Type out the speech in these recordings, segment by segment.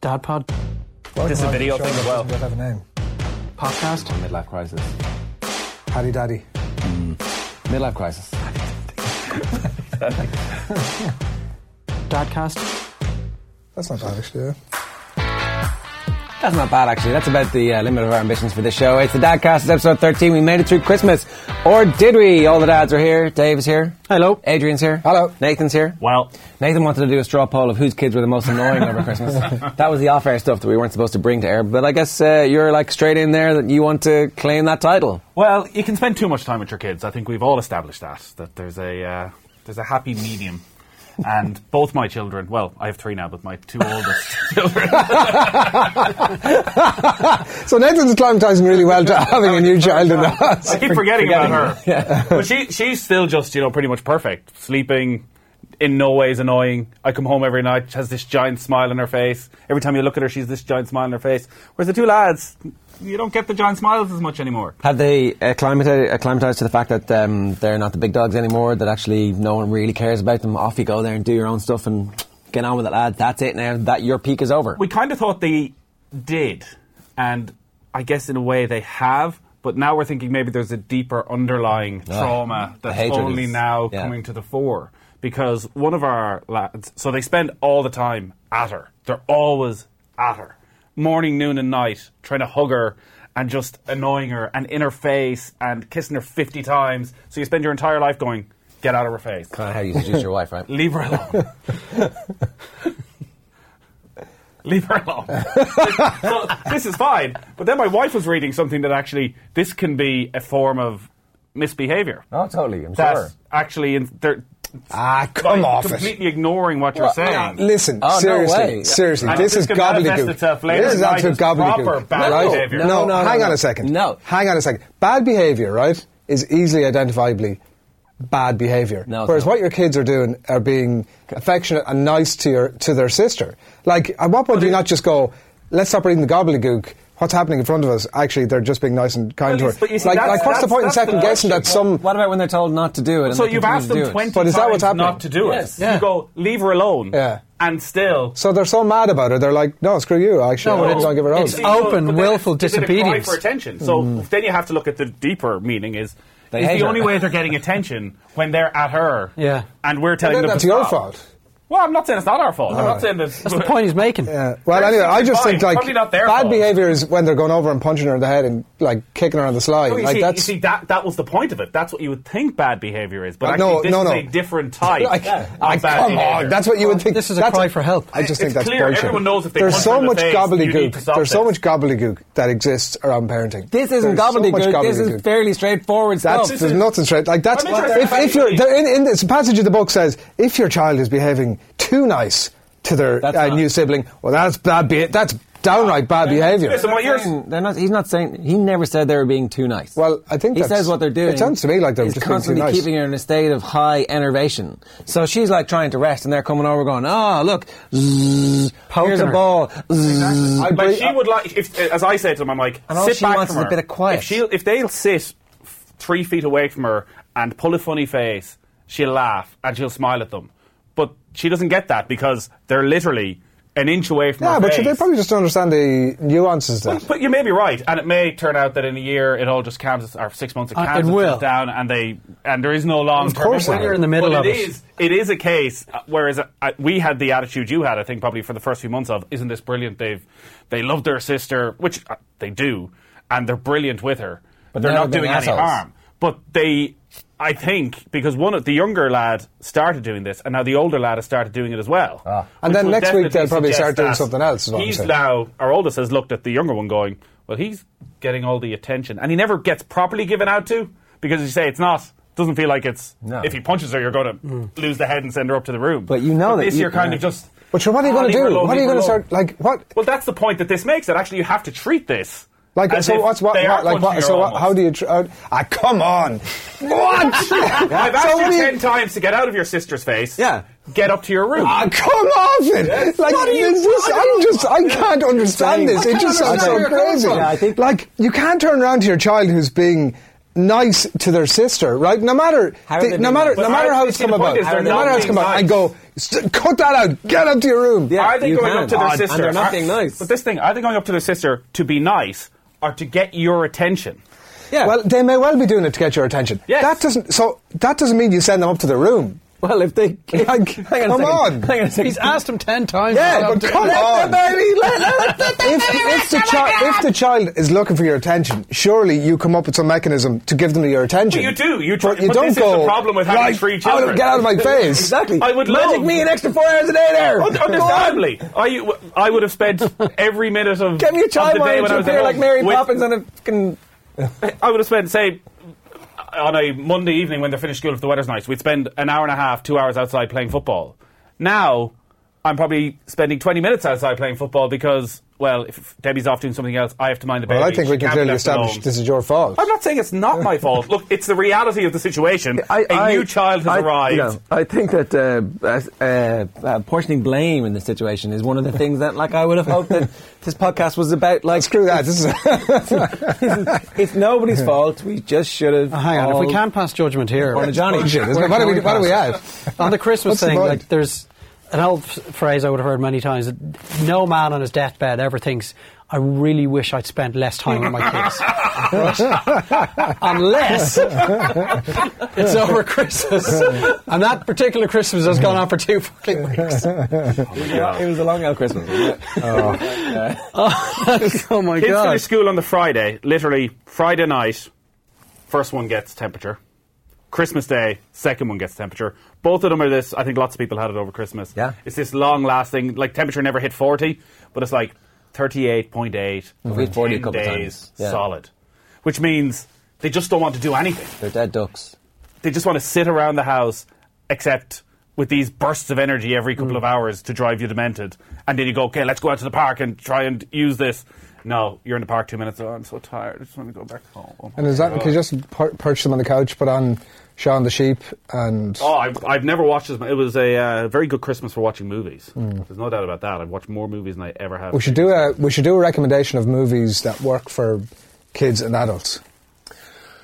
Dad Pod There's a Welcome video to the thing as show well. that doesn't have a name. podcast. Midlife crisis. Paddy Daddy. Midlife crisis. Dadcast. That's not bad, actually. Yeah. That's not bad, actually. That's about the uh, limit of our ambitions for this show. It's the Dadcast. It's episode 13. We made it through Christmas. Or did we? All the dads are here. Dave is here. Hello. Adrian's here. Hello. Nathan's here. Well, Nathan wanted to do a straw poll of whose kids were the most annoying over Christmas. That was the off air stuff that we weren't supposed to bring to air. But I guess uh, you're like straight in there that you want to claim that title. well, you can spend too much time with your kids. I think we've all established that that there's a uh, there's a happy medium. And both my children, well, I have three now, but my two oldest children. So Nathan's acclimatizing really well to having a new child in the house. I keep forgetting, about her. But she, she's still just, you know, pretty much perfect. Sleeping, in no ways annoying. I come home every night, she has this giant smile on her face. Every time you look at her, she's this giant smile on her face. Whereas the two lads, you don't get the giant smiles as much anymore. Have they acclimatized, acclimatized to the fact that um, they're not the big dogs anymore, that actually no one really cares about them? Off you go there and do your own stuff and get on with it, lad. That's it now. That Your peak is over. we kind of thought they did, and I guess in a way they have. But now we're thinking maybe there's a deeper underlying trauma that's Ah, hatred only is- now yeah. coming to the fore. Because one of our lads, so they spend all the time at her. They're always at her, morning, noon, and night, trying to hug her and just annoying her and in her face and kissing her 50 times. So you spend your entire life going, get out of her face, Kind of how you seduce your wife, right? leave her alone. leave her alone. so, this is fine. But then my wife was reading something that actually this can be a form of misbehavior. Oh, totally. I'm That's sure. actually in, they're Ah, come like, off it. completely ignoring what you're Ah, saying. Listen, Oh, no seriously, way. seriously, And this this is can manifest gobbledygook. itself later This is in life absolute as proper gobbledygook. bad right? behavior. No, No, no, hang no, on no. a second. No. hang on a second. Bad behavior, right, is easily identifiably bad behavior. No, it's Whereas not. what your kids are doing are being affectionate and nice to your to their sister. Like, at what point do you not just go, "Let's stop reading the gobbledygook"? What's happening in front of us? Actually, they're just being nice and kind Well, to it's- her. but you see, like, that's- like, what's the that's- point in that's the second guessing that some? What about when they're told not to do it? And So they you've continue asked to do them it? 20 But is that times what's happening? not to do Yes. it. You go, leave her alone. Yeah. And still. So they're so mad about it. They're like, "No, screw you." Actually, No, I Oh, don't give a it's- rose. But open, then willful it's- is it a disobedience. Cry for attention. So Mm. then you have to look at the deeper meaning is. They is hate the her. only way they're getting attention when they're at her. Yeah. And we're telling Then them that's to your stop. fault. Well, I'm not saying it's not our fault. I'm not saying that. That's the point he's making. Yeah. Well, They're anyway, I just fine. think like Probably not their bad fault. behavior is when they're going over and punching her in the head and like kicking her on the slide. No, you, like see, you that's see, that that was the point of it. That's what you would think bad behavior is, but Uh, actually no, this no, is no. a different type Like, of like, bad come behavior. on, that's what you would think. This is a that's- cry for help. I just think It's that's clear. bullshit. Everyone knows if they There's punch so her in the much face, you need to gobbledygook. stop There's so much this. gobbledygook that exists around parenting. This isn't There's so much gobbledygook. this is gobbledygook. fairly straightforward That's stuff. there's nothing straight. Like that's Oh, I'm if, interested in if you're actually- they're in, in this passage of the book says if your child is behaving too nice to their That's uh, not- new sibling, well that's bad. Be- that's downright bad behavior. Listen, what you're Saying- they're not, he's not saying. He never said they were being too nice. Well, I think he that's- says what they're doing. it sounds to me like they're is just being too constantly nice. keeping her in a state of high enervation. So she's like trying to rest, and they're coming over, going, "Ah, look, zzz, here's a her. ball." zzz." I Like believe- she would like, if, as I say to them, I'm like, And all sit she back wants from is a her. bit of quiet. If, she'll, if they'll sit f- three feet away from her and pull a funny face, she'll laugh and she'll smile at them. But she doesn't get that because they're literally an inch away from yeah, her but face. they probably just don't understand the nuances. That But you may be right, and it may turn out that in a year it all just calms, or six months it Uh, it calms itself will. down, and they and there is no long term. course it will. We're in the middle but of it. It is, it is a case. uh, Whereas uh, I- we had the attitude you had, I think, probably for the first few months of, isn't this brilliant? They've they love their sister, which uh, they do, and they're brilliant with her, but they're Never not been doing assholes. any harm. But they, I think, because one of the younger lad started doing this, and now the older lad has started doing it as well. Ah. And Which then will next week definitely they'll probably suggest start doing that something else, is what I'm He's saying. now our oldest has looked at the younger one, going, "Well, he's getting all the attention, and he never gets properly given out to because you say it's not." Doesn't feel like it's. No. If he punches her, you're going to Mm. lose the head and send her up to the room. But you know that this you- you're kind of yeah. just. But sure, what are you "Ah, going to leave her do? alone, What are you leave her going to alone." start like what? Well, that's the point that this makes. That actually you have to treat this. Like as so, if what's what? they what are like punching what? her So what, almost. how do you? Tr- how, ah, come on! What? I've So asked what do you you- ten times to get out of your sister's face. Yeah. Get up to your room. Ah, come off it! Like What are you- this, is- what are I'm you- just, I can't understand saying- this. I It can't just sounds understand so where you're coming crazy. from. Yeah, I think- like you can't turn around to your child who's being nice to their sister, right? No matter, How are they the- no being matter, nice? no But matter I- how you it's see, come the about, point no is they're matter not how it's being come about, I nice. go, "St- cut that out, get up to your room. Yeah. Are they you going can. up to their Oh, and sister? they're not Are- being nice. But this thing, are they going up to their sister to be nice or to get your attention? Yeah. Well, they may well be doing it to get your attention. Yes. That doesn't. So that doesn't mean you send them up to their room. Well, if they Like, Hang come a second. on. hang a second. He's asked him ten times. Yeah, Well, but I'm come doing- on. if, if, the child, if the child is looking for your attention, surely you come up with some mechanism to give them your attention. But you do. You try- But you but don't this is go. the problem with having right, three out of- children." get out of my face. exactly. I would magic love- me an extra four hours a day there. Un- Understandably, I, I would have spent every minute of, Give me a of child the day when I was while at appear home like Mary with- Poppins on a fucking. I would have spent, say, on a Monday evening when they're finished school if the weather's nice, we'd spend an hour and a half, two hours outside playing football. Now, I'm probably spending 20 minutes outside playing football because, well, if Debbie's off doing something else, I have to mind the baby. Well, I think we She can can't be clearly left establish alone. this is your fault. I'm not saying it's not my fault. Look, it's the reality of the situation. I- A I- new child has I- arrived. no, I think that uh, as- uh, uh, portioning blame in this situation is one of the things that, like, I would have hoped that this podcast was about. Like, Screw that. This is. it's nobody's fault. We just should have. Uh, hang on, if Oh. all- we can't pass judgment here, On a Johnny. Shit, Where isn't it? what, are can we, what are we pass? at? on the Christmas What's the thing, point? like there's an old f- phrase I would have heard many times that no man on his deathbed ever thinks, I really wish I'd spent less time with my kids. Unless it's over Christmas. and that particular Christmas has gone on for two fucking weeks. It was a long old Christmas. wasn't it? oh my Kids God. finish school on the Friday, literally Friday night. First one gets temperature. Christmas Day, second one gets temperature. Both of them are this. I think lots of people had it over Christmas. Yeah. it's this long-lasting. Like temperature never hit forty, but it's like thirty-eight point eight. We hit 40 a 10 couple days times. Yeah. solid, which means they just don't want to do anything They're dead ducks. they just want to sit around the house, except with these bursts of energy every couple Mm. of hours to drive you demented. And then you go, okay, let's go out to the park and try and use this. No, you're in the park two minutes. Oh, I'm so tired. I just want to go back home. Oh, And is that, can you just per- perch them on the couch, put on Shaun the Sheep and. Oh, I've, I've never watched as much. It was a uh, very good Christmas for watching movies. There's no doubt about that. I've watched more movies than I ever have. Mm. We should do a we should do a recommendation of movies that work for kids and adults.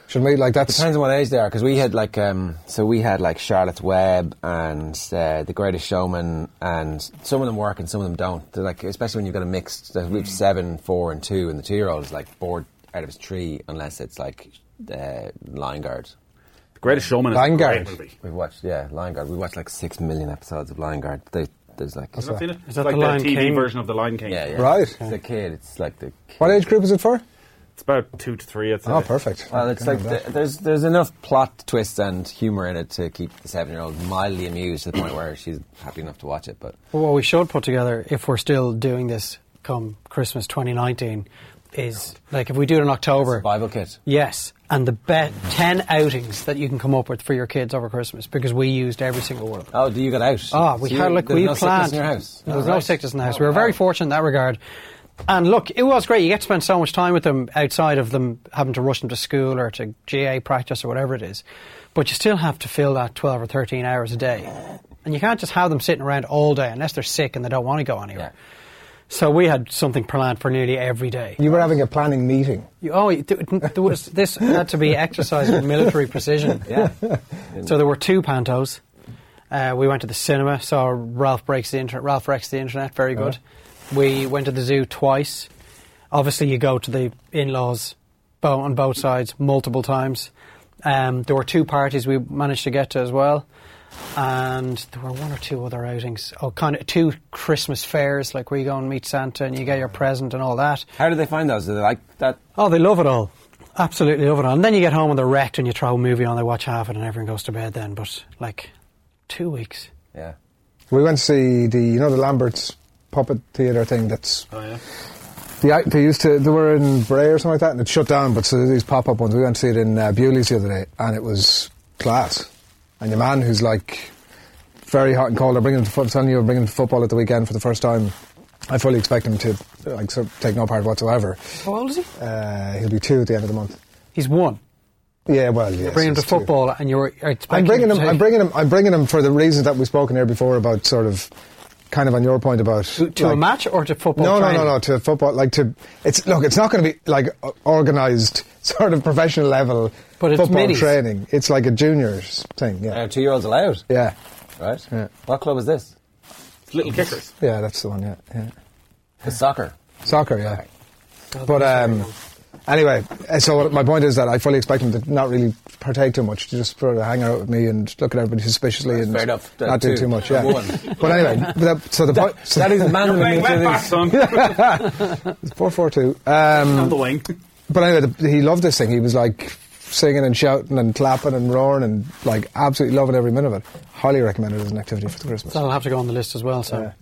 Should we like that's Depends on what age they are, because we had like um, so we had like Charlotte's Web and uh, The Greatest Showman, and some of them work and some of them don't. They're like, especially when you've got a mix. Like, we've seven, four, and two, and the two-year-old is like bored out of his tree unless it's like uh, Lion Guard. The Greatest Showman is a Vanguard. great movie. We watched, yeah, Lion Guard. We watched like six million episodes of Lion Guard. They, there's like, Have you not seen it? It's that like the Lion TV King? version of The Lion King. yeah, yeah, Right. It's a kid. It's like the kid. what age group is it for? It's about two to three. It's Oh, perfect. Well, it's like th- there's there's enough plot twists and humor in it to keep the seven year old mildly amused to the point where she's happy enough to watch it. But Well, what we should put together, if we're still doing this come Christmas 2019, is like if we do it in October. survival kit. Yes, and the be- 10 outings that you can come up with for your kids over Christmas because we used every single one of them. Oh, do you get out? Ah, we So you- had like there's we no sickness planned. in your house. There Oh, was no right. sickness in the house. Oh, we were very wow. fortunate in that regard. And look, it was great. You get to spend so much time with them outside of them having to rush them to school or to GA practice or whatever it is. But you still have to fill that 12 or 13 hours a day. And you can't just have them sitting around all day unless they're sick and they don't want to go anywhere. So we had something planned for nearly every day. You were having a planning meeting. You- Oh, you- th- there was, this had to be exercised with military precision. Yeah. So there were two pantos. Uh, we went to the cinema, saw Ralph breaks the internet. Ralph wrecks the internet. Very good. We went to the zoo twice. Obviously, you go to the in-laws bo- on both sides multiple times. Um, there were two parties we managed to get to as well, and there were one or two other outings. Oh, kind of two Christmas fairs, like where you go and meet Santa and you get your present and all that. How do they find those? Do they like that? Oh, they love it all. Absolutely love it all. And then you get home and they're wrecked and you throw a movie on, they watch half it and everyone goes to bed then. But, like, two weeks. Yeah. We went to see the you know the Lamberts puppet theater thing that's Oh, yeah. the they used to they were in Bray or something like that and it shut down but so there's these pop up ones we went to see it in uh, Bewley's the other day and it was class and your man who's like very hot and cold. I'm bringing him to football. Telling you, I'm bringing him to football at the weekend for the first time. I fully expect him to like sort of take no part whatsoever. How old is he? Uh, he'll be two at the end of the month. He's one. Yeah, well, yes, Bring him to he's two. football and you're, uh, you're expecting I'm bringing him. to- I'm bringing him. I'm bringing him for the reasons that we've spoken here before about sort of kind of on your point about To, to a like, match or to football? no, training? no, no, no. To football, like to it's look, it's not going to be like organized sort of professional level But it's football middies. Uh, training. It's like a juniors thing. Yeah, two year olds allowed, yeah, right? Yeah. What club is this? Little kickers. yeah. That's the one. Yeah, yeah. It's soccer. soccer. Yeah, but um, anyway. uh, So what- my point is that I fully expect him to not really partake too much, to just sort of hang out with me and look at everybody suspiciously and fair enough. That not do too. too much. Yeah. One. but anyway, that, so the point. So That is man You're playing left back, son. four four two. Um, On the wing. But anyway, the, he loved this thing. He was like singing and shouting and clapping and roaring and like absolutely loving every minute of it. Highly recommended as an activity for the Christmas. That'll have to go on the list as well. So, Yeah.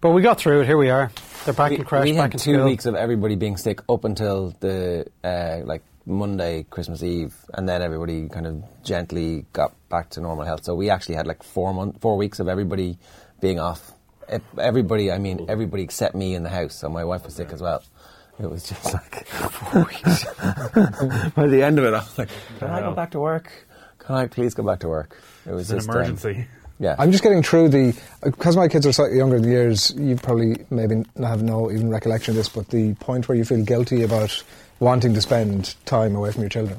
but we got through it. Here we are. They're back We, in crash, we back had in two school. weeks of everybody being sick up until the uh, like Monday, Christmas Eve, and then everybody kind of gently got back to normal health. So we actually had like four month, four weeks of everybody being off. E- Everybody, I mean everybody except me in the house. So my wife was sick as well. It was just like four weeks. By the end of it, I was like, "Can I go back to work? Can I please go back to work?" It It's was an just, um, emergency. yeah, I'm just getting through the because my kids are slightly younger in the years. You probably maybe n- have no even recollection of this, but the point where you feel guilty about wanting to spend time away from your children.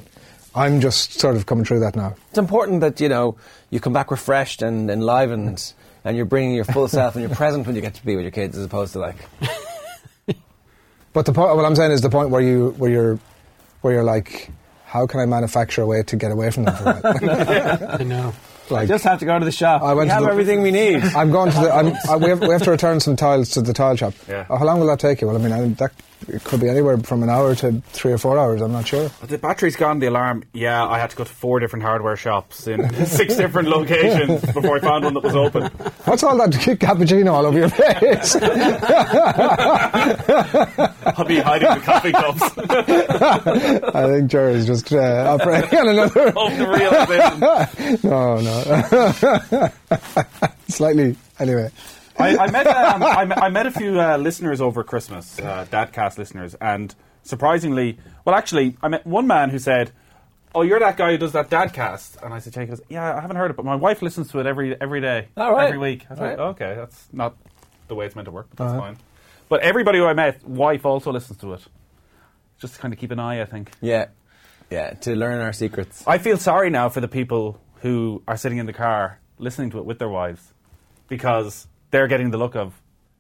I'm just sort of coming through that now. it's important that you know you come back refreshed and enlivened, and you're bringing your full self and you're present when you get to be with your kids, as opposed to like But the point, what I'm saying is the point where you where you're where you're like, how can I manufacture a way to get away from them? For a while? I know. like, just have to go to the shop. I went we to have the- everything we need. I'm going to the. I'm, I, we, have, we have to return some tiles to the tile shop. Yeah. Oh, how long will that take you? Well, I mean, I, that it could be anywhere from an hour to three or four hours. I'm not sure. The battery's gone, the alarm. Yeah, I had to go to four different hardware shops in six different locations before I found one that was open. What's all that cappuccino all over your face? I'll be hiding the coffee cups I think Jerry's just uh, operating on another. of the No, realization. no. Slightly. Anyway, I, I met um, I, met- I met a few uh, listeners over Christmas, uh, Dadcast listeners, and surprisingly, well, actually, I met one man who said, "Oh, you're that guy who does that Dadcast," and I said, "Jake," he goes, "Yeah, I haven't heard it, but my wife listens to it every every day, All right. every week." I was like, All right. Uh-huh. "Okay, that's not the way it's meant to work, but that's fine." But everybody who I met, wife also listens to it, just to kind of keep an eye, I think. Yeah, yeah, to learn our secrets. I feel sorry now for the people who are sitting in the car listening to it with their wives, because they're getting the look of.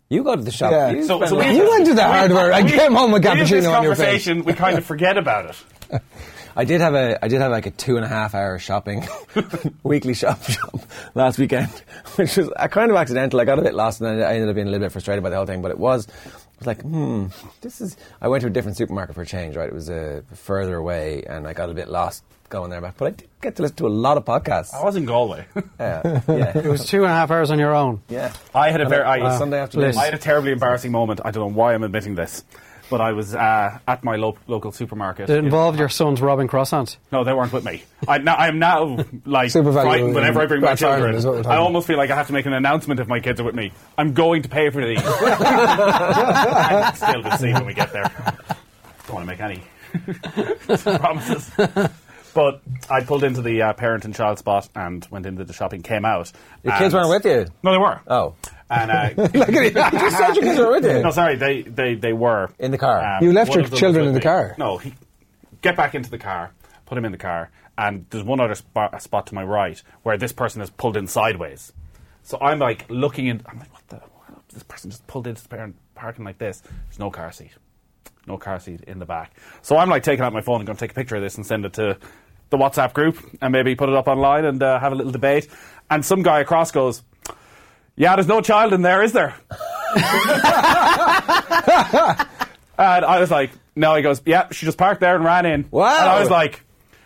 You go to the shop. Yeah. You So- spend so a lot we- of you went to the hardware. I We- came home with we have this cappuccino on your face. conversation, we kind of forget about it. I did have a I did have like a two and a half hour shopping weekly shop shop last weekend, which was uh, kind of accidental. I got a bit lost and I I ended up being a little bit frustrated by the whole thing. But it was I was like, hmm, this is. I went to a different supermarket for a change. Right, it was uh, further away, and I got a bit lost going there. But I did get to listen to a lot of podcasts. I was in Galway. Uh, yeah, It was two and a half hours on your own. yeah. I had a very I, Wow. Sunday afternoon. I had a terribly embarrassing moment. I don't know why I'm admitting this, but I was uh, at my lo- local supermarket. Did it involve your son's robbing croissants? No, they weren't with me. I, now, I am now like Super value frightened whenever I bring my Black Ireland children. is what we're talking I almost feel like I have to make an announcement if my kids are with me. I'm going to pay for these. And still to see when we get there. Don't want to make any promises. But I pulled into the uh, parent and child spot and went into the shopping. Came out. Your kids and- weren't with you. No, they were. Oh, And uh, you said your kids were with you. no, sorry, they, they, they were Um, In the car. You left one your of them children was in with the me. car? No, he, get back into the car, put him in the car, and there's one other spot, spot to my right where this person has pulled in sideways. So I'm like looking in. I'm like, what the? This person just pulled into the parent parking like this. There's no car seat, no car seat in the back. So I'm like taking out my phone and going to take a picture of this and send it to the WhatsApp group and maybe put it up online and uh, have a little debate. And some guy across goes. Yeah, there's no child in there, is there? And I was like, no. He goes, yeah, she just parked there and ran in. Wow. And I was like,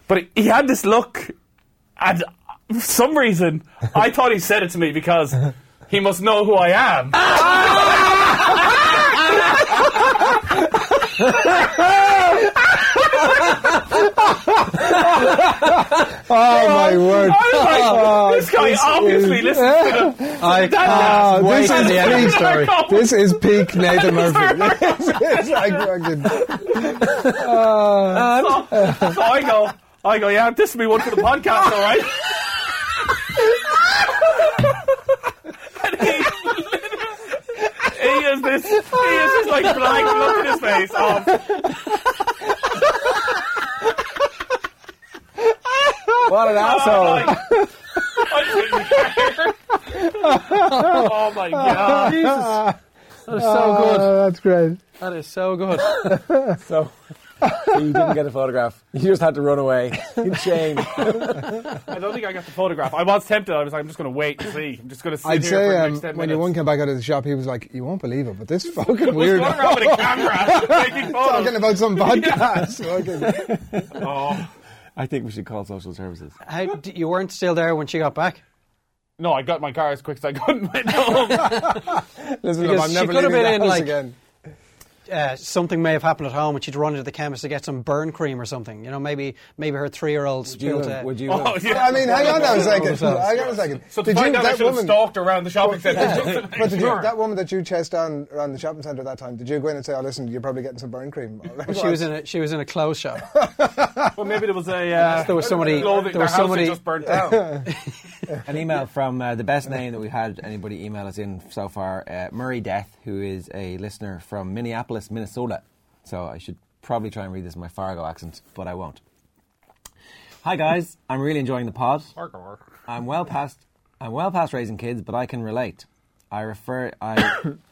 but he had this look, and for some reason, I thought he said it to me because he must know who I am. Oh my word! Oh, I was like, this guy this obviously is- listens to the- to I the dad. Oh, this Wait is till the end of peak the story. This is peak Nathan Murphy. it's like fucking. so, so I go, I go, yeah, this will be one for the podcast, all right? and he literally says this, he is just like blank look in his face. Oh. Of, What an asshole! Oh, like, I didn't care. oh my god. Jesus. That is so good. Oh, that's great. That is so good. So you didn't get a photograph. You just had to run away in shame. I don't think I got the photograph. I was tempted. I was like, I'm just going to wait and see. I'm just going to sit I'd here say for the um, next 10 when minutes. your one came back out of the shop, he was like, "You won't believe it, but this fucking What's weird." going around with a camera taking Talking photos? about some podcast. Fucking- Oh. I think we should call social services. How, d- you weren't still there when she got back? No, I got my car as quick as I could and went home. Listen, up, Because I'm she never could have leaving been that in, house like- again. Uh, something may have happened at home, and she'd run into the chemist to get some burn cream or something. You know, maybe maybe her three year old Would you? spilled. Have, uh, would you? Oh, have- yeah. I mean, hang on now a second. So- Hang on a second. so to find out I should have stalked around the shopping centre. Yeah. but did you, Sure. that woman that you chased down around the shopping centre that time, did you go in and say, "Oh, listen, you're probably getting some burn cream"? She was in a she was in a clothes shop. Well, maybe there was a. Uh, there was somebody- Clothing, there was their house had somebody- just burnt down. An email from uh, the best name that we've had anybody email us in so far, uh, Murray Death, who is a listener from Minneapolis, Minnesota. So I should probably try and read this in my Fargo accent, but I won't. Hi guys, I'm really enjoying the pod. I'm well past I'm well past raising kids, but I can relate. I refer I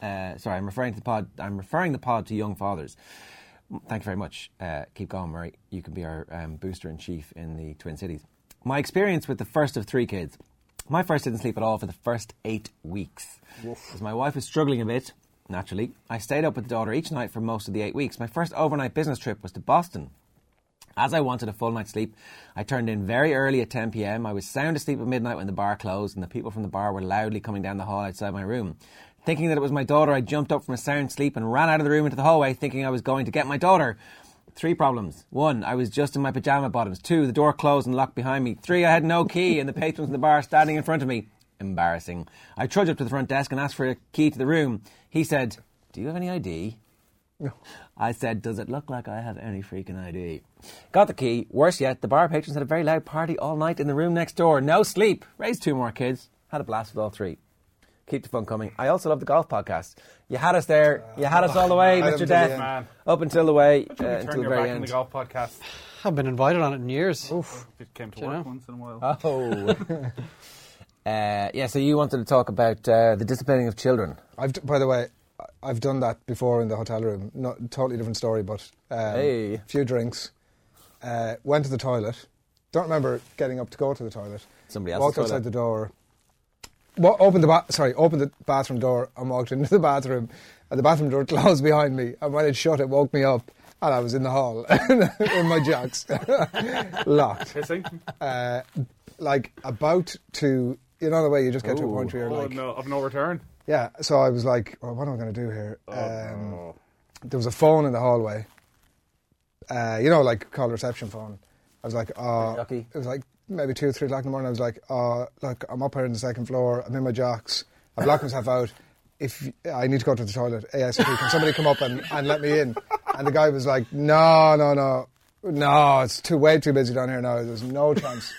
uh, sorry, I'm referring to the pod I'm referring the pod to young fathers. Thank you very much. Uh, keep going, Murray. You can be our um, booster in chief in the Twin Cities. My experience with the first of three kids. My first didn't sleep at all for the first eight weeks. As my wife was struggling a bit, naturally, I stayed up with the daughter each night for most of the eight weeks. My first overnight business trip was to Boston, as I wanted a full night's sleep, I turned in very early at 10 pm. I was sound asleep at midnight when the bar closed, and the people from the bar were loudly coming down the hall outside my room. Thinking that it was my daughter, I jumped up from a sound sleep and ran out of the room into the hallway, thinking I was going to get my daughter. Three problems. One, I was just in my pajama bottoms. Two, the door closed and locked behind me. Three, I had no key, and the patrons in the bar standing in front of me. Embarrassing. I trudged up to the front desk and asked for a key to the room. He said, Do you have any ID? I said, Does it look like I have any freaking ID? Got the key. Worse yet, the bar patrons had a very loud party all night in the room next door. No sleep. Raised two more kids. Had a blast with all three. Keep the fun coming. I also love the golf podcast. You had us there. You had us all the way, Adam to Mr. the Death. end. Man. Up until the way, uh, Turn until the your very back on end. the golf podcast. I've been invited on it in years. It came to you work know? once in a while. Oh. uh, yeah, so you wanted to talk about uh, the disciplining of children. I've, d- by the way, I- I've done that before in the hotel room. Not totally different story, but um, Hey. few drinks. Uh, went to the toilet. Don't remember getting up to go to the toilet. Somebody else's walked toilet. outside the door. Wa- opened the ba- sorry, opened the bathroom door and walked into the bathroom, and the bathroom door closed behind me. And when it shut, it woke me up, and I was in the hall in my jocks, locked. Pissing? Uh, like about to, you know the way you just get to a point where you're oh, like, no, of no return. yeah, so I was like, well, what am I going to do here? um, There was a phone in the hallway. Uh, you know, like call reception phone. I was like, oh, Lucky. it was like maybe two or three o'clock in the morning. I was like, oh, look, I'm up here on the second floor. I'm in my jocks. I've locked myself out. If y- I need to go to the toilet ASAP, can somebody come up and, and let me in? And the guy was like, no, no, no, no, it's too way too busy down here now. There's no chance.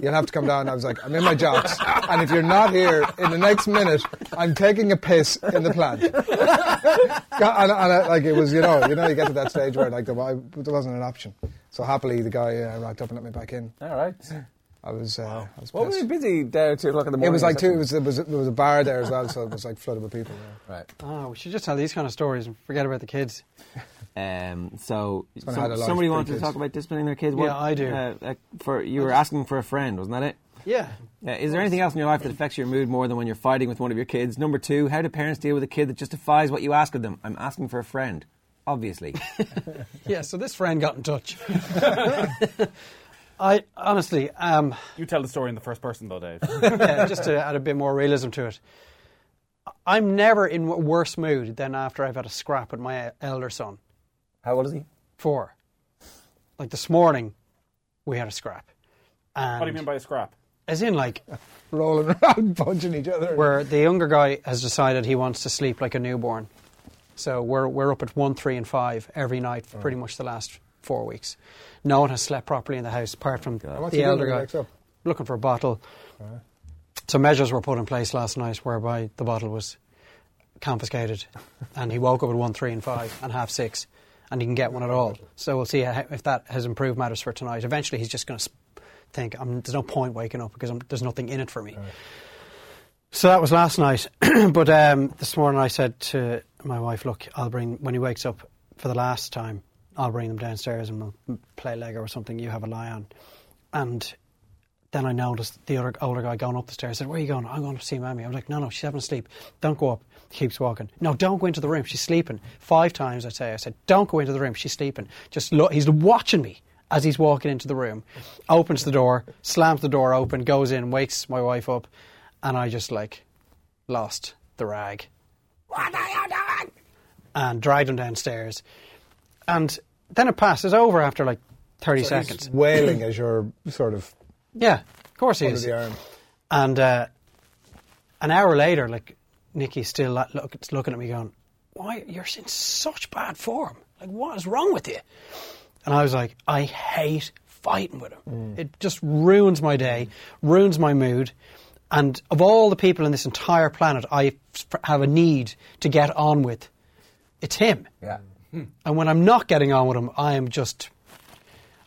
You'll have to come down. I was like, I'm in my jocks, and if you're not here in the next minute, I'm taking a piss in the plant. God, and, and uh, like it was, you know, you know, you get to that stage where like there, wa- there wasn't an option. So happily, the guy uh, rocked up and let me back in. All right. I was, uh, I was What were you pissed. busy there at 2 o'clock in the morning? It was like two. It or was, something? there was there was a bar there as well, so it was like flooded with people. Yeah. Right. Oh, we should just tell these kind of stories and forget about the kids. Um, so, when I some- had a large somebody free wanted to kids. talk about disciplining their kids. Yeah, I do. Uh, uh, for you were asking for a friend, wasn't that it? Yeah. Yeah, is there anything else in your life that affects your mood more than when you're fighting with one of your kids? Number two, how do parents deal with a kid that justifies what you ask of them? I'm asking for a friend, obviously. Yeah, so this friend got in touch. I honestly, um, You tell the story in the first person, though, Dave. yeah, just to add a bit more realism to it, I'm never in w- worse mood than after I've had a scrap with my uh, elder son. how old is he? Four. Like this morning, we had a scrap. And what do you mean by a scrap? As in, like, Rolling around, punching each other. where the younger guy has decided he wants to sleep like a newborn. So we're, we're up at 1, 3, and 5 every night for pretty much the last four weeks. No one has slept properly in the house apart from what's he the doing elder when he guy. wakes up? Looking for a bottle. So measures were put in place last night whereby the bottle was confiscated, and he woke up at one, three, and five, and half six, and he can get one at all. So we'll see how, if that has improved matters for tonight. Eventually, he's just going to think, i "There's no point waking up because I'm, there's nothing in it for me." So that was last night, but um, this morning I said to my wife, "Look, I'll bring when he wakes up for the last time. I'll bring them downstairs and we'll play Lego or something. You have a lie on." And then I noticed the other older guy going up the stairs. I said, "Where are you going?" I'm going to see Mammy. I was like, "No, no, she's having a sleep. Don't go up." He keeps walking. No, don't go into the room. She's sleeping. Five times I say, I said, "Don't go into the room. She's sleeping." Just look. He's watching me as he's walking into the room. Opens the door, slams the door open, goes in, wakes my wife up, and I just like lost the rag. What are you doing? And dragged him downstairs, and then it passes over after like thirty seconds. Wailing as you're sort of Yeah, of course he under is. the arm. And uh, an hour later, like Nikki's still lo- look, looking at me, going, "Why you're in such bad form? Like what is wrong with you?" And I was like, "I hate fighting with him. Mm. It just ruins my day, ruins my mood." And of all the people on this entire planet, I f- have a need to get on with. It's him. Yeah. And when I'm not getting on with him, I am just,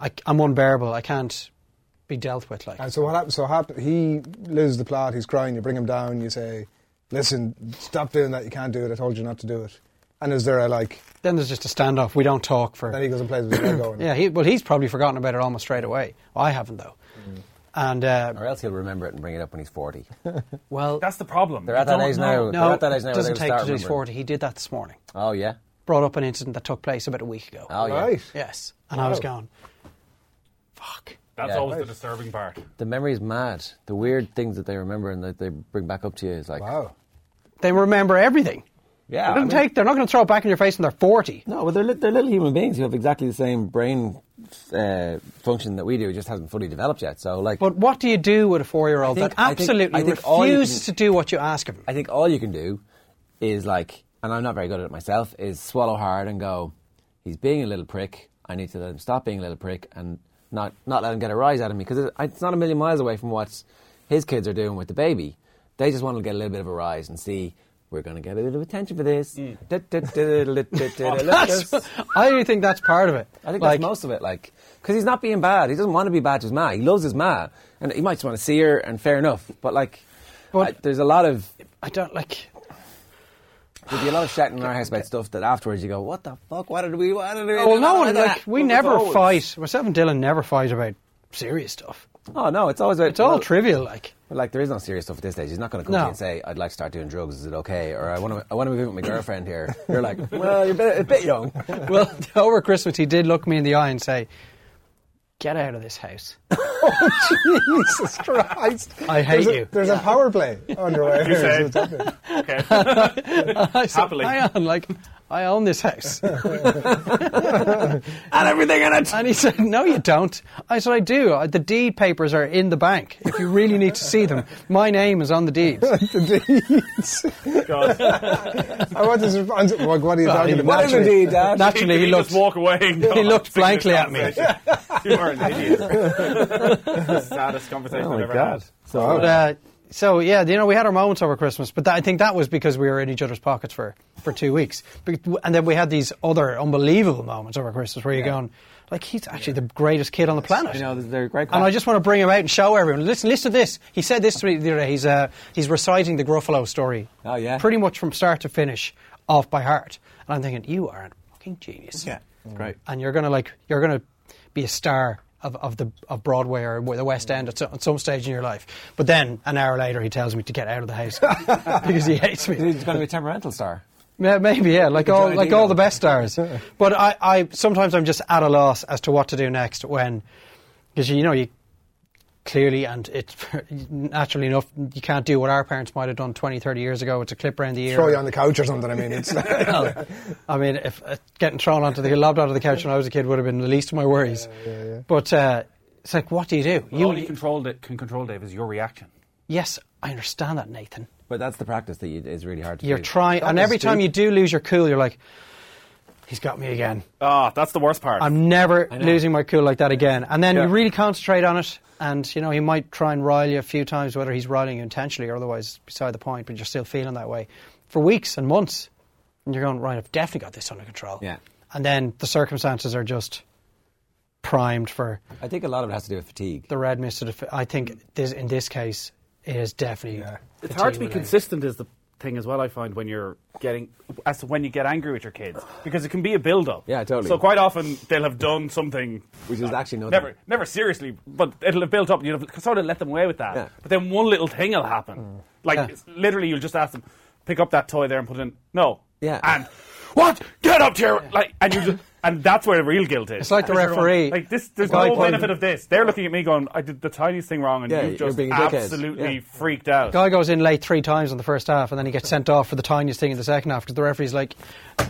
I, I'm unbearable. I can't be dealt with. Like And so what happens? So hap- he loses the plot. He's crying. You bring him down. You say, "Listen, stop doing that. You can't do it. I told you not to do it." And is there a like? Then there's just a standoff. We don't talk for. Then he goes and plays with Lego. And yeah, he, well, he's probably forgotten about it almost straight away. I haven't though. Mm. And uh, Or else he'll remember it and bring it up when he's 40. well, That's the problem. They're at You that don't age know. now. no, They're at that age now. where doesn't they'll take start to do his remembering. forty. He did that this morning. Oh, yeah. Brought up an incident that took place about a week ago. Oh, yeah. Right. Yes, and I was going, fuck. That's Yeah. always the disturbing part. The memory is mad. The weird things that they remember and that they bring back up to you is like. Wow. They remember everything. Yeah. It didn't I mean- take. They're not going to throw it back in your face when they're forty. No, but they're, li- they're little human beings who have exactly the same brain uh, function that we do. It just hasn't fully developed yet. So, like, But what do you do with a four-year-old I think- that I think- absolutely I think all you refuses to can- do what you ask of him? I think all you can do is like, and I'm not very good at it myself, is swallow hard and go. He's being a little prick. I need to let him stop being a little prick and not not let him get a rise out of me because it, it's not a million miles away from what his kids are doing with the baby. They just want to get a little bit of a rise and see. We're going to get a little attention for this. Da- da- da- da- da- da- da- da- Look at That's, us. I think that's part of it. I think like, that's most of it. Like, because he's not being bad. He doesn't want to be bad to his ma. He loves his ma, and he might just want to see her. And fair enough. But like, But- I- there's a lot of I don't like. there'd be a lot of shouting in our house about stuff that afterwards you go, what the fuck? Why did we? Why did we? Well, Oh, no one like we What was never always- fight. Myself and Dylan never fight about serious stuff. Oh no, it's always about, It's all well, trivial, like. Like there is no serious stuff at this stage. He's not going to come to No. you and say, "I'd like to start doing drugs. Is it okay?" Or "I want to, I want to move in with my girlfriend here." You're like, "Well, you're a bit, a bit young." Well, over Christmas he did look me in the eye and say, "Get out of this house." Jesus Christ! I hate there's a, you. There's a power play underway. You say. I said, Happily. "Hang on, like, I own this house." and everything in it. And he said, "No, you don't." I said, "I do. Uh, The deed papers are in the bank. If you really need to see them, my name is on the deeds." God. I want this. response. Like, what are you talking about? What is Naturally. indeed, Dad? Naturally, he You looked. just walk away. and go, he looked "I'm sick of this blankly at me." conversation." you are an idiot. the saddest Oh, conversation I've ever had. So But, uh, so yeah, you know, we had our moments over Christmas, but that, I think that was because we were in each other's pockets for, for two weeks, Be- and then we had these other unbelievable moments over Christmas where you're going, like he's actually the greatest kid on the planet. you know, they're great. and I just want to bring him out and show everyone. Listen, listen to this. He said this to me the other day. He's uh, he's reciting the Gruffalo story. Oh, yeah? pretty much from start to finish, off by heart. And I'm thinking, you are a fucking genius yeah, great. and you're gonna like you're gonna be a star of, of the of Broadway or the West End at some, at some stage in your life. But then an hour later, he tells me to get out of the house because he hates me. He's going to be a temperamental star. Yeah, maybe yeah, like all giant like all ego. the best stars. But I, I sometimes I'm just at a loss as to what to do next when because you know you clearly and it's naturally enough you can't do what our parents might have done 20, 30 years ago. It's a clip round the ear. Throw you on the couch or something. I mean, it's like, Well, I mean, if uh, getting thrown onto the lobbed onto the couch when I was a kid would have been the least of my worries. But uh, it's like, what do you do? Well, all you control that can control, Dave, is your reaction. yes, I understand that, Nathan. But that's the practice that you, is really hard to You're do. trying, and was every time stupid. you do lose your cool, you're like, he's got me again. Ah, that's the worst part. I'm never know. losing my cool like that again. And then you Yeah. really concentrate on it, and you know he might try and rile you a few times, whether he's riling you intentionally or otherwise, it's beside the point. But you're still feeling that way. for weeks and months. And you're going, right, I've definitely got this under control. Yeah. And then the circumstances are just primed for I think a lot of it has to do with fatigue. the red mist. To def- I think this, in this case, it is definitely. It's hard to be fatigue-related. consistent is the thing as well. I find when you're getting as to when you get angry with your kids because it can be a build up. Yeah, totally. So quite often they'll have done something Which is actually nothing. never never seriously, but it'll have built up. and You'll have sort of let them away with that. Yeah. Mm. But then one little thing will happen. Like Yeah. it's literally, you'll just ask them, pick up that toy there and put it in. No. Yeah. And what? Get up here! Like and you just. And that's where the real guilt is. It's like the Because you're going, referee. Like this, there's Guy no pointed- benefit of this. They're looking at me going, "I did the tiniest thing wrong," and Yeah, you've you're just being a dickhead. absolutely Yeah. freaked out. Guy goes in late three times in the first half, and then he gets sent off for the tiniest thing in the second half. Because the referee's like,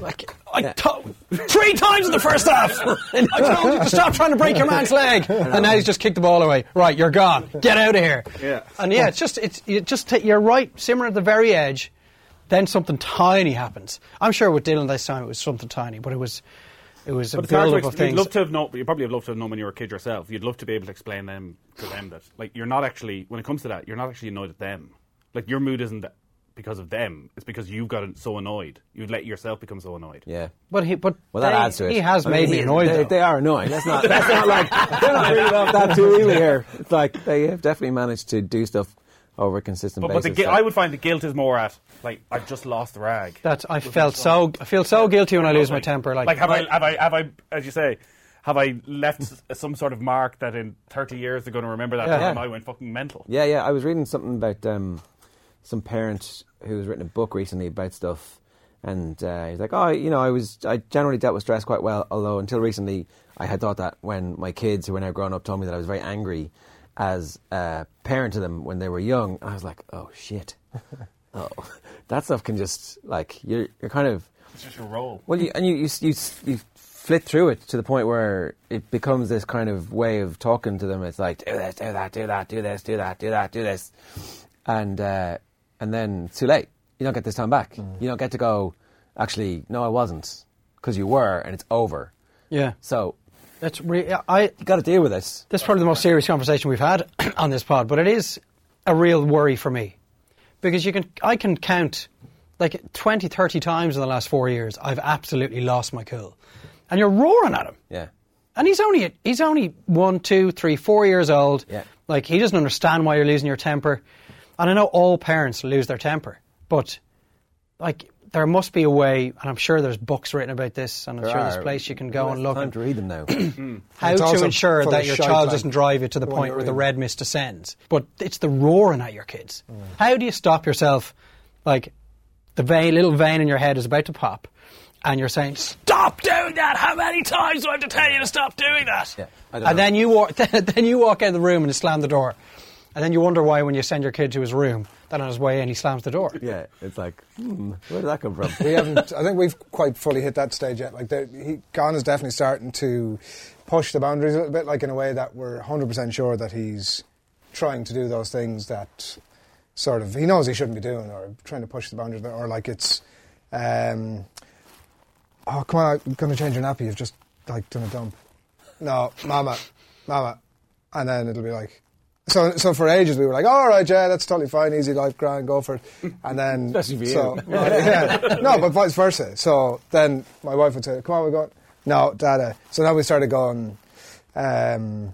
like I to- three times in the first half. I told you to stop trying to break your man's leg, and now he's just kicked the ball away. Right, you're gone. Get out of here. Yeah. And yeah, it's just it's you just ta- you're right, simmer at the very edge. Then something tiny happens. I'm sure with Dylan this time it was something tiny, but it was it was a But it's hard to build up ex- of things. You'd love to have known. You probably have loved to have known when you were a kid yourself. You'd love to be able to explain them to them that like you're not actually when it comes to that you're not actually annoyed at them. Like your mood isn't that because of them. It's because you got so annoyed. You let yourself become so annoyed. Yeah. but he but Well, that they- adds to it. He has I made mean, me he- annoyed. They, though. they are annoying. That's not. That's not like they're not really off that too really here. It's like they have definitely managed to do stuff over a consistent But, but basis. the, gui- so- I would find the guilt is more at like I've just lost the rag. That I felt so I feel so guilty when I lose my Like- temper. Like, like have I have I have I as you say. Have I left s- some sort of mark that in 30 years they're going to remember that Yeah. time Yeah. I went fucking mental? Yeah, yeah. I was reading something about um, some parent who was written a book recently about stuff, and uh, he's like, "Oh, you know, I was I generally dealt with stress quite well, although until recently I had thought that when my kids, who are now grown up, told me that I was very angry as a parent to them when they were young, I was like, oh shit, oh, that stuff can just like you're you're kind of It's just your role. well, you, and you, you, you, you flit through it to the point where it becomes this kind of way of talking to them. It's like, do this, do that, do that, do this, do that, do that, do this. And, uh, and then it's too late. You don't get this time back. Mm. You don't get to go, actually, no, I wasn't, because you were, and it's over. yeah, So that's re- I. you got to deal with this. That's probably the most serious conversation we've had on this pod, but it is a real worry for me because you can I can count like 20, 30 times in the last four years I've absolutely lost my cool, and you're roaring at him. Yeah. And he's only he's only one, two, three, four years old. Yeah. Like he doesn't understand why you're losing your temper. And I know all parents lose their temper, but like there must be a way, and I'm sure there's books written about this, and I'm There sure there's are- a place you can go and look Time and to read them now. how It's to also ensure full that of your shite, child like, doesn't drive you to the the one point you're where the in. red mist descends. But it's the roaring at your kids. Mm. How do you stop yourself? Like the vein, little vein in your head is about to pop, and you're saying, "Stop doing that! How many times do I have to tell you to stop doing that?" Yeah, I and don't know. then you walk, then you walk out of the room and you slam the door, and then you wonder why when you send your kid to his room, then on his way in he slams the door. yeah. It's like, hmm, where did that come from? we haven't. I think we've quite fully hit that stage yet. Like, there- he, Gon is definitely starting to push the boundaries a little bit, like in a way that we're 100% sure that he's trying to do those things that sort of he knows he shouldn't be doing, or trying to push the boundaries, or like it's, um, oh come on, I'm going to change your nappy. You've just like done a dump. No, mama, mama, and then it'll be like. So, so for ages we were like, all right, yeah, that's totally fine, easy life, grand, go for it. And then, Especially for so you. yeah. No, but vice versa. So then my wife would say, "Come on, we're going." No, Dada. So now we started going. Um,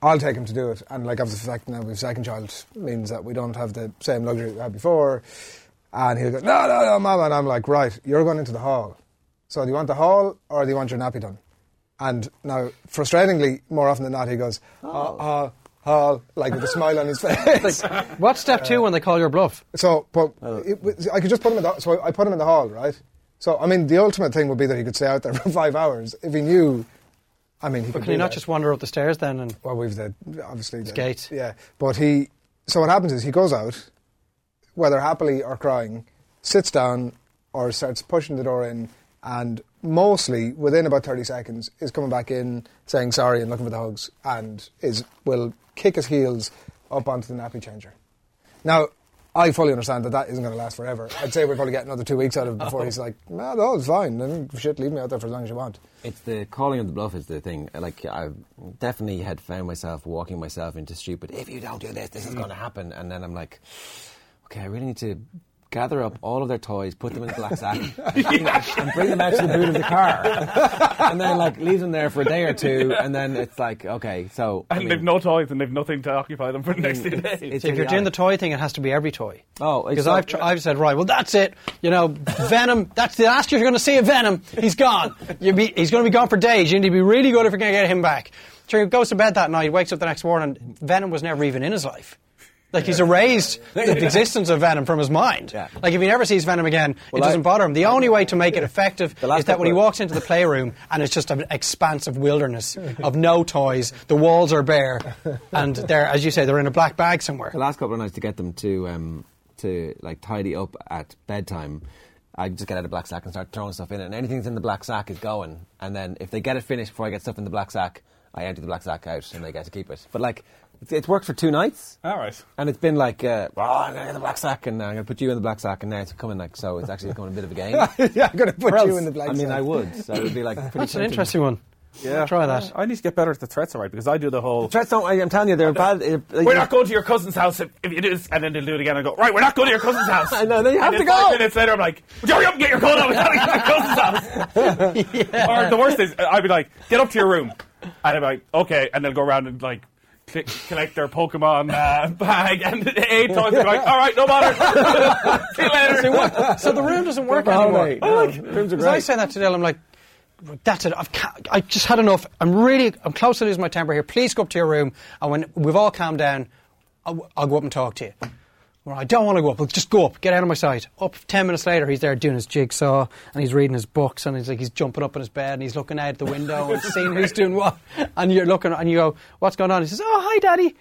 I'll take him to do it, and like obviously, the fact now we have a second child means that we don't have the same luxury that we had before. And he'll go, "No, no, no, Mama," and I'm like, "Right, you're going into the hall. So do you want the hall or do you want your nappy done?" And now, frustratingly, more often than not, he goes, Oh. "Hall, hall, hall," like with a smile on his face. What's step Uh, two when they call your bluff? So, but it, was- I could just put him in the so I put him in the hall, right? So, I mean, the ultimate thing would be that he could stay out there for five hours if he knew. I mean, he could. Can you do not that. just wander up the stairs then? And Well, we've the obviously the Skate. Yeah, but he. So what happens is he goes out, whether happily or crying, sits down or starts pushing the door in, and mostly within about thirty seconds is coming back in saying sorry and looking for the hugs, and is will kick his heels up onto the nappy changer. Now. I fully understand that that isn't going to last forever. I'd say we'll probably get another two weeks out of it before he's like, nah, no, it's fine. Then shit, leave me out there for as long as you want. It's the calling of the bluff is the thing. Like I definitely had found myself walking myself into stupid. If you don't do this, this is going to happen. And then I'm like, okay, I really need to gather up all of their toys, put them in a black sack, and bring them out to the boot of the car, and then like leave them there for a day or two, and then it's like okay, so I And mean, Mm. they've no toys and they've nothing to occupy them for the next few days. it's So if you're doing the idiotic. toy thing, it has to be every toy. Oh, it's because I've, like- tr- I've said right. Well, that's it. You know, Venom. That's the last you're going to see of Venom. He's gone. You'll be, he's going to be gone for days. You need to be really good if you're going to get him back. So he goes to bed that night, wakes up the next morning, Venom was never even in his life. Like he's erased the existence of Venom from his mind. Yeah. Like if he never sees Venom again, it I- doesn't bother him. The only way to make it effective last is that when he couple of- walks into the playroom and it's just an expanse of wilderness of no toys, the walls are bare, and they're as you say they're in a black bag somewhere. the last couple of nights to get them to um, to like tidy up at bedtime. I just get out a black sack and start throwing stuff in it, and anything that's in the black sack is going. And then if they get it finished before I get stuff in the black sack, I empty the black sack out, and they get to keep it. But like, it's, it's worked for two nights, All right. and it's been like, uh, oh, I'm gonna get the black sack, and I'm gonna put you in the black sack, and now it's coming like so. It's actually becoming a bit of a game. yeah, I'm going to put Or you else, in the black I mean, sack. I would. So it would be like pretty That's an tempting. interesting one. Yeah, try that. I need to get better at the threats, all right, because I do the whole. Threats don't. I- I'm telling you, they're bad. We're not going to your cousin's house if, if it is, and then they'll do it again and go, right, we're not going to your cousin's house. I know, then you have and to then go. Five minutes later, I'm like, "Would you hurry up and get your coat on, we gotta get to your cousin's house. Or the worst is, I'd be like, get up to your room. And I'm like, okay, and they'll go around and like, click, collect their Pokemon uh, bag and the eight toys. They're like, all right, no bother. See you later. So the room doesn't work for anymore. holiday. No, Because rooms are I great. say that to Dale, I'm like, that's it. I've ca- I just had enough. I'm really, I'm close to losing my temper here. Please go up to your room, and when we've all calmed down, I'll, I'll go up and talk to you. Well, I don't want to go up. Well, just go up. Get out of my sight. Up ten minutes later, he's there doing his jigsaw and he's reading his books and he's like he's jumping up in his bed and he's looking out the window and seeing who's doing what. And you're looking and you go, "What's going on?" He says, "Oh, hi, Daddy."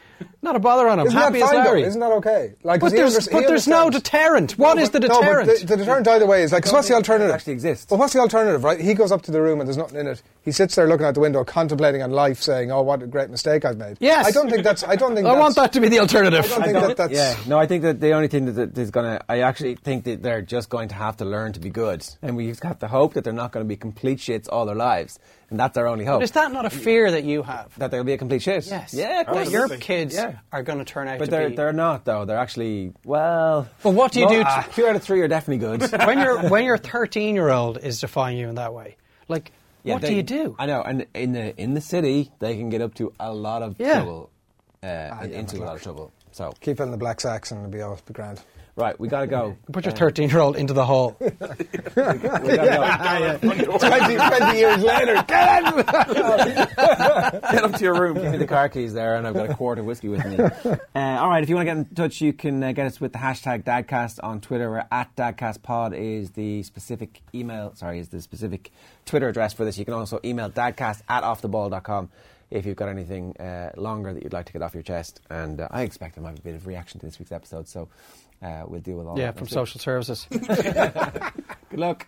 Not a bother on him. Isn't Happy that as fine, though? Larry. Isn't that okay? Like, 'cause But he there's- unders- but he there's no understands. deterrent. What but- is the no, but deterrent? the, the deterrent either way is like, 'cause what's the think it alternative? actually exists. Well, what's the alternative, right? He goes up to the room and there's nothing in it. He sits there looking out the window, contemplating on life, saying, "Oh, what a great mistake I've made." Yes. I don't think that's. I don't think. I that's, want that to be the alternative. I don't think that that's. yeah, no, I think that the only thing that- that is going to, I actually think that they're just going to have to learn to be good. And we just have to hope that they're not going to be complete shits all their lives. And that's our only hope. Is that not a fear that you have? that they'll be a complete shit. Yes. Yeah, of That course. your Absolutely. kids Yeah. are going to turn out But to they're, be. they're not, though. They're actually, well. But what do you no, do to- ah, two out of three are definitely good. when your when your thirteen year old is defying you in that way, like Yeah, what they- do you do? I know. And in the, in the city, they can get up to a lot of Yeah. trouble. Uh, and Ah, yeah, into but a lot of look. trouble. So, Keep it in the black sacks and it'll be all be grand. right, we got to go. Put your thirteen year old into the hall. We gotta go. Twenty, 20 years later, get Get up to your room. Give me the car keys there, and I've got a quart of whiskey with me. Uh, all right, if you want to get in touch, you can uh, get us with the hashtag Dadcast on Twitter. We're at DadcastPod is the specific email, sorry, is the specific Twitter address for this. You can also email dadcast at offtheball.com if you've got anything uh, longer that you'd like to get off your chest. And uh, I expect there might be a bit of reaction to this week's episode, so uh, we'll deal with all yeah, that. from next week. social services. Good luck.